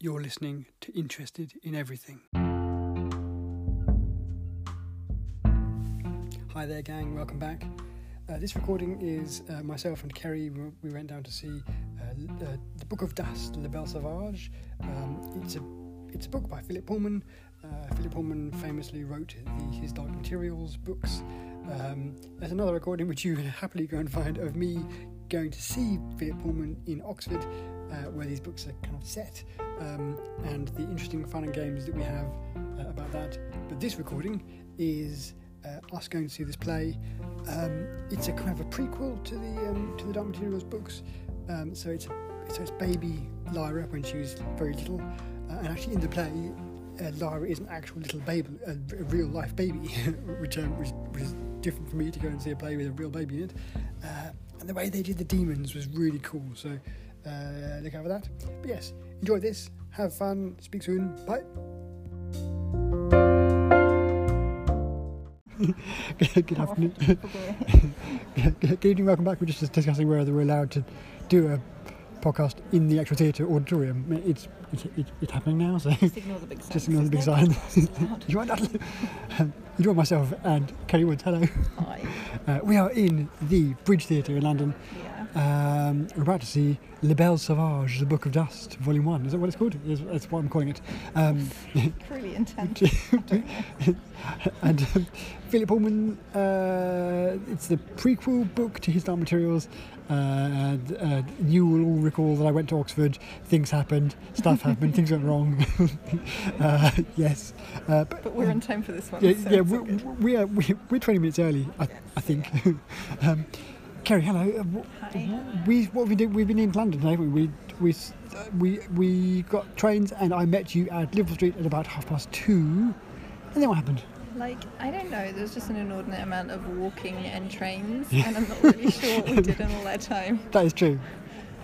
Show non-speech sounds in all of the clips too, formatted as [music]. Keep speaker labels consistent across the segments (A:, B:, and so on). A: You're listening to Interested in Everything. Hi there, gang. Welcome back. Uh, this recording is uh, myself and Kerry. We we went down to see uh, L- uh, the Book of Dust, La Belle Sauvage. Um, it's a it's a book by Philip Pullman. Uh, Philip Pullman famously wrote the, his Dark Materials books. Um, there's another recording which you [laughs] can happily go and find of me going to see Philip Pullman in Oxford, uh, where these books are kind of set, um, and the interesting fun and games that we have uh, about that. But this recording is uh, us going to see this play. Um, it's a kind of a prequel to the um, to the Dark Materials books. Um, so it's so it's baby Lyra when she was very little, uh, and actually in the play. Uh, Lyra is an actual little baby, a, a real life baby, [laughs] which, um, which was different for me to go and see a play with a real baby in it. Uh, and the way they did the demons was really cool, so uh, look out for that. But yes, enjoy this, have fun, speak soon, bye. [laughs] Good
B: [laughs]
A: afternoon. Good good evening, welcome back. We're just discussing whether we're allowed to do a podcast in the actual theatre auditorium. It's, it's, it's, it's happening now, so [laughs]
B: Just ignore the big sign.
A: just another big sign.
B: [laughs]
A: you might not. Um, enjoy myself and Kelly Woods, hello.
B: Hi.
A: Uh, we are in the Bridge Theatre in London.
B: Yeah.
A: Um, we're about to see Le Belle Sauvage, The Book of Dust, Volume 1. Is that what it's called? Is- That's what I'm calling it. Um,
B: Really intense.
A: and [laughs] um, Philip Pullman, uh, it's the prequel book to his Dark Materials. Uh, and, uh, you will all recall that I went to Oxford, things happened, stuff happened, things went wrong. [laughs] uh, yes. Uh, but
B: But we're in time for this one.
A: yeah,
B: so
A: yeah
B: it's
A: we're,
B: all good.
A: we're, we're, we're 20 minutes early, I,
B: Yes,
A: I think. [laughs] um, Kerry, hello. Uh, wh-
B: Hi.
A: We what have we did we've been in London, haven't we? We we s- uh, we we got trains, and I met you at Liverpool Street at about half past two, and then what happened?
B: Like, I don't know, there's just an inordinate amount of walking and trains, and I'm
A: [laughs]
B: not really sure what we did in all that time.
A: That is true.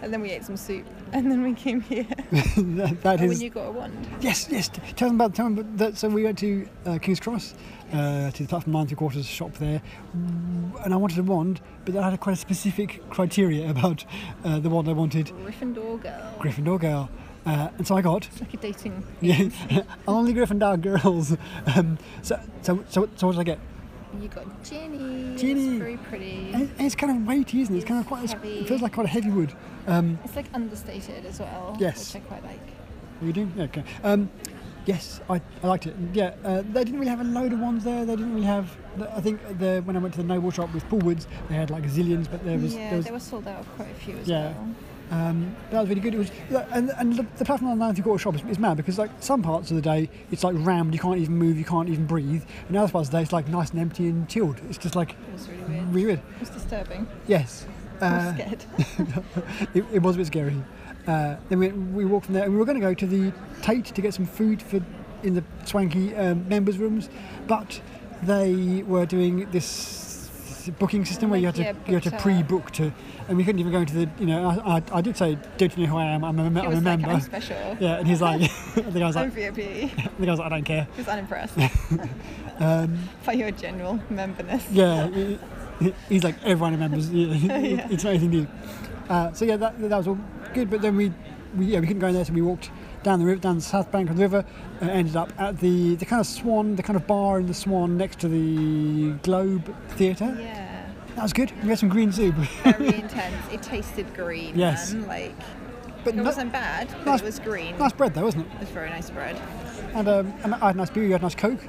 B: And then we ate some soup, and then we came here.
A: that that
B: Oh,
A: is
B: when you got a wand.
A: yes, yes. t- Tell them about tell them about that. So we went to uh, King's Cross uh, to the platform nine three quarters shop there, mm, and I wanted a wand, but I had a quite a specific criteria about uh, the wand I wanted.
B: Gryffindor girl.
A: Gryffindor girl, uh, and so I got. [laughs]
B: It's like a dating.
A: Yeah, only Gryffindor girls. [laughs] Um, so, so, so, so what did I get?
B: You got Jenny.
A: Ginny. Eh?
B: It's very pretty.
A: And it's kind of weighty, isn't it? It's kind of quite. it's-
B: Heavy.
A: It feels like quite a heavy wood. Um,
B: It's like understated as well.
A: Yes.
B: Which I quite like.
A: you do? Yeah, Okay. Um, yes, I, I liked it. Yeah, uh, they didn't really have a load of ones there. They didn't really have. I think the, when I went to the Noble shop with Paul Woods, they had like zillions, but there was
B: yeah,
A: there was
B: they were sold out of quite a few as
A: Yeah.
B: well.
A: Um, that was really good. It was, and, and the, the platform on the 90 quarter shop is, is mad because like some parts of the day it's like rammed, you can't even move, you can't even breathe. And other parts of the day it's like nice and empty and chilled. It's just like
B: It was really weird.
A: really weird.
B: It was disturbing. [laughs]
A: Yes.
B: I
A: Uh,
B: was scared. [laughs]
A: [laughs] it, it was a bit scary. Uh, then we, we walked from there and we were going to go to the Tate to get some food for in the swanky um, members' rooms, but they were doing this booking system where you had to
B: Yeah,
A: you had to
B: booked out.
A: pre-book to, and we couldn't even go into the you know I, I, I did say don't you know who I am I'm a, mem-
B: He
A: I'm a
B: was like,
A: member
B: I'm special.
A: yeah and he's like [laughs] the guy was
B: I'm
A: like
B: VIP. He
A: the guy was like I don't care [laughs]
B: was unimpressed
A: um,
B: by your general memberness.
A: yeah he- he- he's like everyone remembers yeah,
B: [laughs] Yeah.
A: it's not anything new uh, so yeah that, that was all good but then we, we yeah we couldn't go in there so we walked down the river down the south bank of the river and ended up at the the kind of swan the kind of bar in the swan next to the globe theatre
B: Yeah.
A: that was good we had some green soup [laughs]
B: Very intense. It tasted green.
A: Yes.
B: Man. Like
A: but
B: it
A: no-
B: wasn't bad, but
A: nice-
B: it was green.
A: nice bread though wasn't it
B: It was very nice bread.
A: and um, and I had a nice beer, you had a nice coke.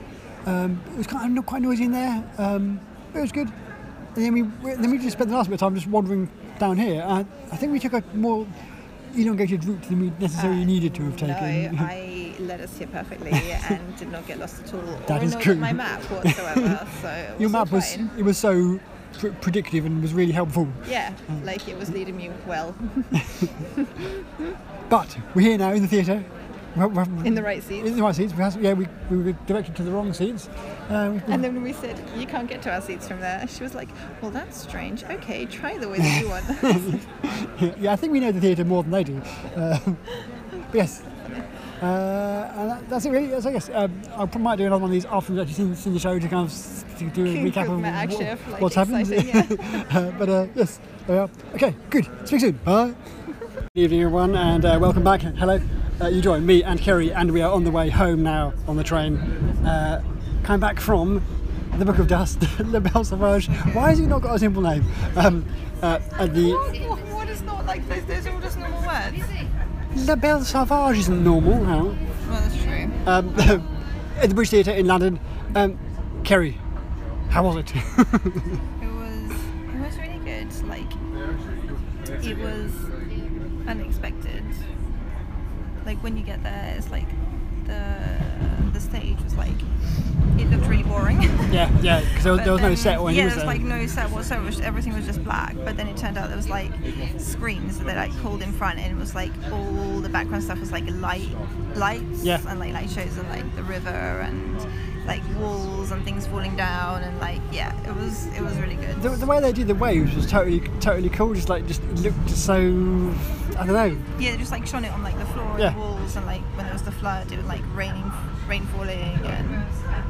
A: Um, it was kind of quite noisy in there. Um, but it was good. And then we we- then we just spent the last bit of time just wandering down here. I, I think we took a more elongated route than we necessarily
B: Uh,
A: needed to have [laughs]
B: No,
A: taken.
B: I led us here perfectly and did not get lost at all.
A: That
B: or
A: is
B: annoyed
A: true.
B: at my map
A: [laughs]
B: whatsoever. so it was
A: Your
B: all
A: map was
B: fine.
A: it was so pr- predictive and was really helpful.
B: Yeah,
A: Oh.
B: like it was leading me well
A: But we're here now in the theatre. We're- we're-
B: in the right
A: in
B: seats.
A: the right seats. We had- yeah, we, we were directed to the wrong seats. Uh, we-
B: And then when we said, you can't get to our seats from there, she was like, well, that's strange. Okay, try the way that you want.
A: [laughs] yeah, I think we know the theatre more than they do. Uh, but yes. Uh, and that, that's it really. That's, I guess um, I probably might do another one of these after we've actually seen, seen the show to kind of s- to
B: [laughs]
A: do a
B: Cool,
A: recap
B: cool,
A: of
B: Matt,
A: what-
B: actually, like,
A: what's happened.
B: exciting,
A: [laughs] uh, but uh, yes, there we are. Okay, good. Speak soon. Bye. Good evening, everyone, and uh, welcome back. Hello. Uh, you join me and Kerry, and we are on the way home now on the train. Uh, coming back from the Book of Dust, [laughs] Le Belle Sauvage. Why has he not got a simple name? Um, uh, and the
B: What, what is not like those? Those are all just normal words.
A: La Belle Sauvage isn't normal, how?
B: Well, that's true.
A: Um, [laughs] at the British Theatre in London. Um, Kerry, how was it? [laughs]
B: It was it was really good. Like it was unexpected. Like when you get there, it's like the the stage was like it looked really boring.
A: yeah, yeah, because there, was-
B: But
A: there was no
B: then-
A: set when
B: yeah,
A: he was
B: there
A: there.
B: was like no set whatsoever. It was- Everything was just black. But then it turned out there was like screens that they like pulled in front, and it was like all the background stuff was like light, lights,
A: Yeah.
B: and like light shows of like the river and like walls and things falling down, and like yeah, it was it was really good.
A: the, the way they did the waves was totally, totally cool. Just like, just it looked so, I don't know.
B: yeah, they just like shone it on like the floor
A: Yeah.
B: and walls, and like when there was the flood, it was like raining, rain falling, and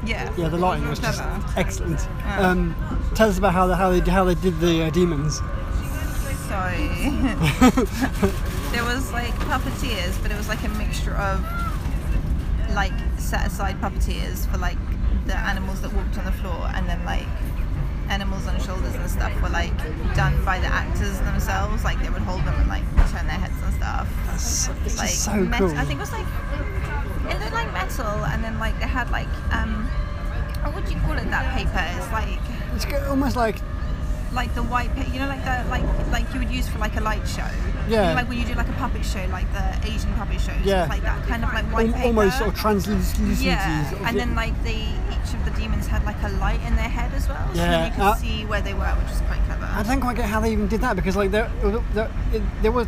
B: yeah,
A: Yeah, the
B: it
A: lighting
B: real
A: was just
B: clever.
A: excellent.
B: Yeah.
A: Um, tell us about how the, how they how they did the uh, demons. [laughs]
B: Sorry. there was like puppeteers, but it was like a mixture of like set aside puppeteers for like the animals that walked on the floor, and then like animals on shoulders and stuff were like done by the actors themselves. Like they would hold them and like turn their heads and stuff.
A: It's just
B: like
A: so
B: met-
A: cool.
B: I think it was like it looked like metal, and then like they had like um, oh, what do you call it? That paper. It's like
A: It's g- almost like
B: like the white pa- you know like the like like you would use for like a light show
A: Yeah.
B: You know, like when you do like a puppet show like the asian puppet shows it's
A: Yeah.
B: like that kind of like white
A: al-
B: paper
A: almost sort of translucent.
B: yeah and then like they each of the demons had like a light in their head as well so
A: Yeah,
B: you could
A: uh,
B: see where they were which is quite clever
A: I don't quite get how they even did that because like there there, it, there was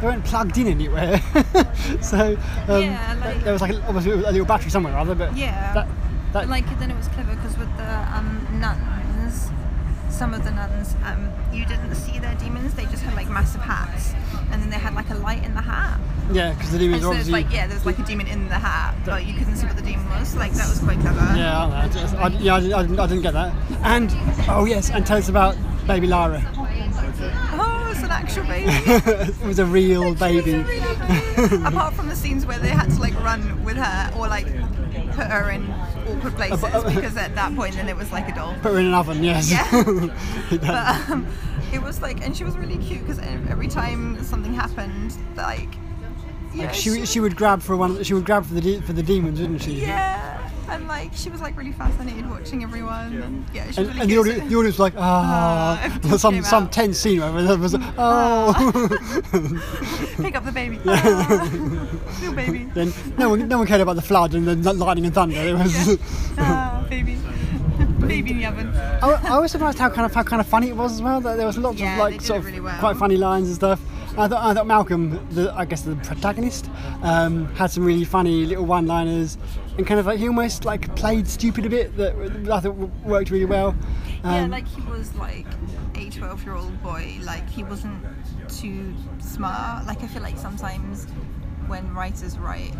A: they weren't plugged in anywhere, [laughs] so um,
B: Yeah, like-
A: there was like a, almost a little battery somewhere rather. But
B: Yeah.
A: that, that
B: But like then it was clever because with the um, nuns, some of the nuns, um, you didn't see their demons. They just had like massive hats, and then they had like a light in the hat.
A: yeah, because the
B: And
A: demons were
B: so it's
A: obviously
B: like yeah, there was like a demon in the hat, but you couldn't see what the demon was. Like that was quite clever.
A: Yeah, I, don't know, it's- I, yeah, I, didn't- I, didn't- I didn't get that. And oh yes, and tell us about baby Lara. [laughs]
B: Oh, it's an actual baby.
A: it was a real baby. [laughs]
B: Apart from the scenes where they had to like run with her or like put her in awkward places because at that point then it was like
A: [laughs]
B: a doll.
A: Put her in an oven, yes. [laughs] Yeah.
B: but um, it was like, and she was really cute because every time something happened, like, yeah,
A: she, she would grab for one. She would grab for the de- for the demons, wouldn't she?
B: yeah, and like she was like really fascinated watching everyone. Yeah, and, yeah she
A: And,
B: was
A: and
B: really
A: the,
B: cute.
A: audience, the audience was
B: [laughs]
A: like, ah,
B: Ah, everything
A: some
B: came
A: some
B: out. Ah.
A: tense scene where there was,
B: [laughs]
A: oh.
B: Pick up the baby, Ah, [laughs] little baby,
A: [laughs] then no one no one cared about the flood and the lightning and thunder. It was.
B: ah, baby, [laughs] baby in the oven.
A: I, wa- [laughs] I was surprised how kind of how kind of funny it was as well. That there was lots
B: Yeah,
A: of
B: they
A: like
B: did it
A: sort of
B: really well.
A: quite funny lines and stuff. I thought I thought Malcolm, the, I guess the protagonist, um, had some really funny little one-liners, and kind of like he almost like played stupid a bit that I thought w- worked really well.
B: yeah,
A: Um,
B: like he was like a 12 year old boy. Like he wasn't too smart. Like I feel like sometimes when writers write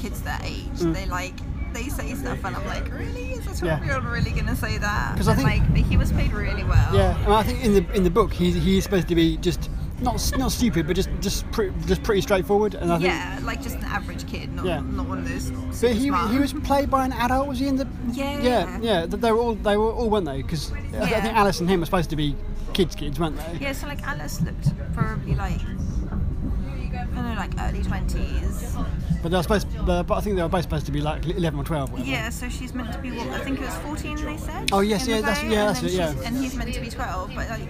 B: kids that age,
A: Mm.
B: they like they say stuff and I'm like, really? Is a 12 year old really gonna say that?
A: 'Cause I
B: And,
A: think-
B: like he was played really well.
A: Yeah, and I think in the in the book he's he's supposed to be just not s- not stupid, but just just pre- just pretty straightforward. And I think
B: Yeah, like just an average kid, not,
A: Yeah.
B: not one of those.
A: but
B: super
A: he
B: smart.
A: he was played by an adult. Was he in the?
B: Yeah.
A: yeah, yeah. th- They were all they were all weren't they? Because I
B: Yeah.
A: think Alice and him were supposed to be kids, kids, weren't they?
B: Yeah, so like Alice looked probably like I don't know, like early 20s.
A: But they were supposed, but, but I think they were both supposed to be like eleven or twelve. Whatever.
B: Yeah, so she's meant to be what I think it was fourteen. They said.
A: Oh, yes,
B: in the
A: yeah, that's-
B: vote,
A: yeah,
B: and
A: that's
B: then
A: it, yeah.
B: she's- And he's meant to be twelve, but like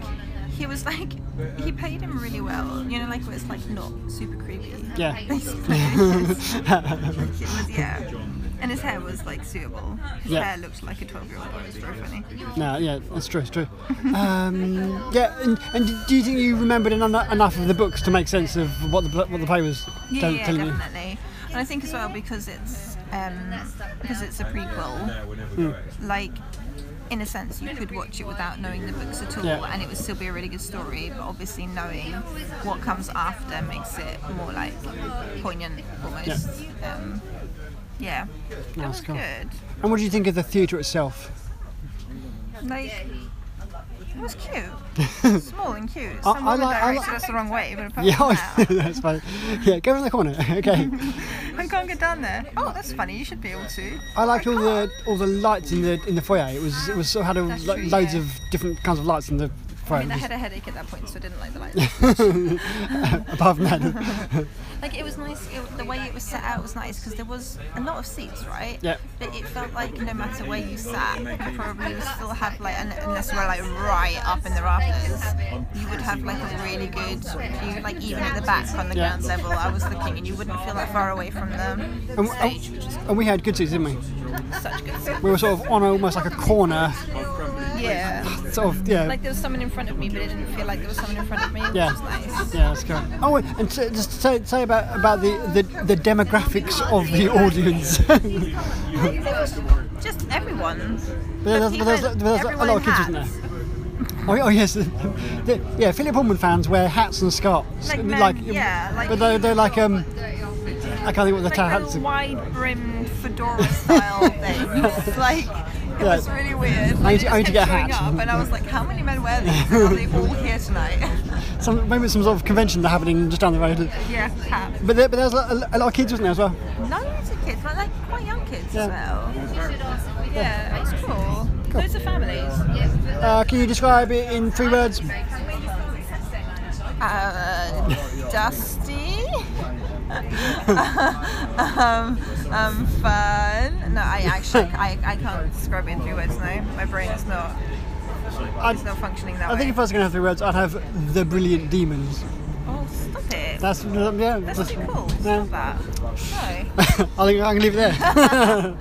B: he was like he played him really well. You know, like where it's like not super creepy.
A: Yeah.
B: [laughs]
A: [laughs]
B: Basically, it was yeah. And his hair was like suitable. His
A: Yeah.
B: hair looked like a twelve-year-old boy. It was very funny.
A: no, yeah, that's true, it's true. Um, yeah, and, and do you think you remembered enough, enough of the books to make sense of what the pl- what the play was
B: Yeah,
A: tell-
B: yeah,
A: telling you?
B: definitely. And I think as well because it's um, because it's a prequel.
A: Mm.
B: Like, in a sense, you could watch it without knowing the books at all,
A: Yeah.
B: and it would still be a really good story. But obviously, knowing what comes after makes it more like poignant, almost. Yeah. Um, yeah. It
A: Nice,
B: was
A: cool.
B: good.
A: And what do you think of the theatre itself?
B: Like, It
A: [laughs]
B: was cute. Small and cute. Some
A: I
B: woman
A: like- I
B: directed
A: like-
B: us the wrong way, but
A: [laughs]
B: apart
A: Yeah,
B: from
A: oh,
B: that,
A: that's funny. Yeah, go in the corner. [laughs] Okay.
B: I can't get down there. Oh, that's funny. You should be able to.
A: I liked all the all the lights in the in the foyer. It was it was sort of had a,
B: That's
A: lo-
B: true,
A: loads
B: yeah.
A: of different kinds of lights in the foyer.
B: I mean, I
A: Just-
B: had a headache at that point, so I didn't like the lights.
A: [laughs] apart from
B: [laughs]
A: that,
B: like it was nice. It, the way it was set out was nice because there was a lot of seats, right?
A: Yeah.
B: But it felt like no matter where you sat, you probably would still have like un- unless you were like right up in the rafters, you would have like a really good view. Like even at the back on the
A: Yeah.
B: ground level, I was looking, and you wouldn't feel that far away from them.
A: and, w- oh. and, and we had good seats, didn't we?
B: Such good. seats.
A: We were sort of on almost like a corner,
B: Yeah.
A: sort of yeah.
B: Like there was someone in front of me, but it didn't feel like there was someone in front of me. Which
A: Yeah.
B: was nice.
A: Yeah, that's correct. Oh, and and to, just to say, say about about the, the, the demographics of the audience. [laughs] but
B: [laughs] Just everyone.
A: there's, but there's, but there's a lot of kids, isn't there? Oh, oh yes, the, the- yeah. Philip Pullman fans wear hats and scarves,
B: Like men, yeah, like-
A: but they're, they're like um, I can't think what the ta-
B: like
A: hats.
B: little
A: Are.
B: wide brimmed fedora
A: [laughs]
B: style things. Like it
A: Yeah.
B: was really weird.
A: I need
B: They
A: to- I need
B: just
A: to get a
B: kept
A: hat.
B: showing Up, and I was like, how many men wear these? And Are they all here tonight? [laughs]
A: Some maybe some sort of convention that's happening just down the road.
B: yeah, cap.
A: But there, but there's a, a lot of kids, wasn't there as well?
B: Not loads of kids, but like quite young kids
A: Yeah.
B: as well. Yeah, it's cool. Loads of families.
A: Uh, can you describe it in three words? Oh,
B: Uh, dusty. [laughs] um, um, fun. No, I actually I, I can't describe it in three words now. My brain's not
A: I,
B: it's not functioning that
A: I
B: way.
A: think if I was going to have three words, I'd have the brilliant demons.
B: Oh, stop it.
A: That's yeah.
B: That's too cool.
A: [laughs] yeah.
B: Stop that. No.
A: I think I can leave it there.